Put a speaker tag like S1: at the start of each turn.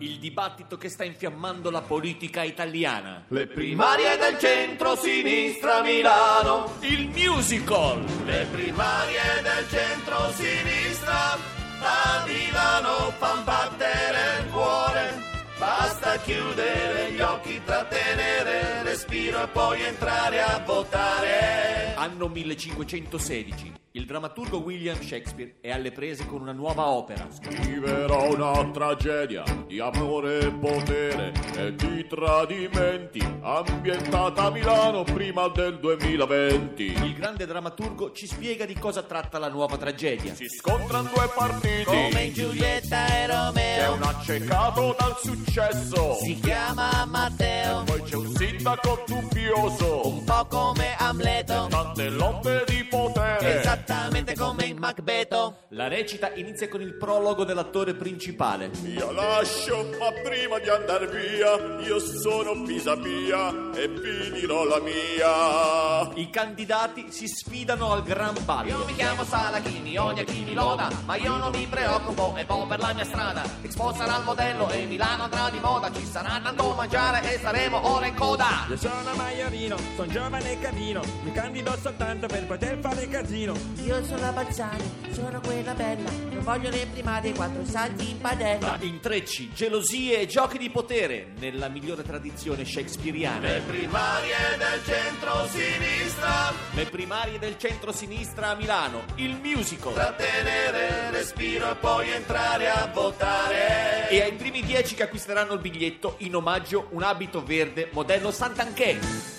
S1: Il dibattito che sta infiammando la politica italiana.
S2: Le primarie del centro-sinistra a Milano.
S1: Il musical.
S2: Le primarie del centro-sinistra a Milano fan battere il cuore. Basta chiudere gli occhi, trattenere il respiro e poi entrare a votare.
S1: Anno 1516. Il drammaturgo William Shakespeare è alle prese con una nuova opera.
S2: Scriverò una tragedia di amore e potere e di tradimenti ambientata a Milano prima del 2020.
S1: Il grande drammaturgo ci spiega di cosa tratta la nuova tragedia.
S2: Si scontrano due partiti
S3: Come in Giulietta e
S2: C'è
S3: Romeo
S2: un accecato dal successo
S3: si chiama Matteo,
S2: Poi c'è un sindaco dubbioso
S3: un po' come Amleto, Esatto.
S2: Tante lotte di potere
S3: esattamente come in Macbeto.
S1: La recita inizia con il prologo dell'attore principale.
S2: Io lascio, ma prima di andar via Io sono Pisa mia e vi dirò la mia
S1: I candidati si sfidano al gran
S3: Io
S1: ballo.
S3: mi chiamo Salachini, Ognachini Loda, ma io non mi preoccupo e vado per la mia strada. Expo sarà il modello e Milano andrà di moda, ci sarà tanto mangiare e saremo ora in coda.
S4: Io sono Maiorino, sono giovane e carino, mi candido soltanto per poter fare casino.
S5: Io sono la Balzani, sono quella bella, non voglio le primate, quattro salti in padella.
S1: Intrecci, gelosie e giochi di potere nella migliore tradizione shakespeariana.
S2: Primarie del centro-sinistra
S1: Le primarie del centro-sinistra a Milano, il musical.
S2: Trattenere il respiro e poi entrare a votare
S1: E ai primi dieci che acquisteranno il biglietto, in omaggio un abito verde modello Sant'Anché.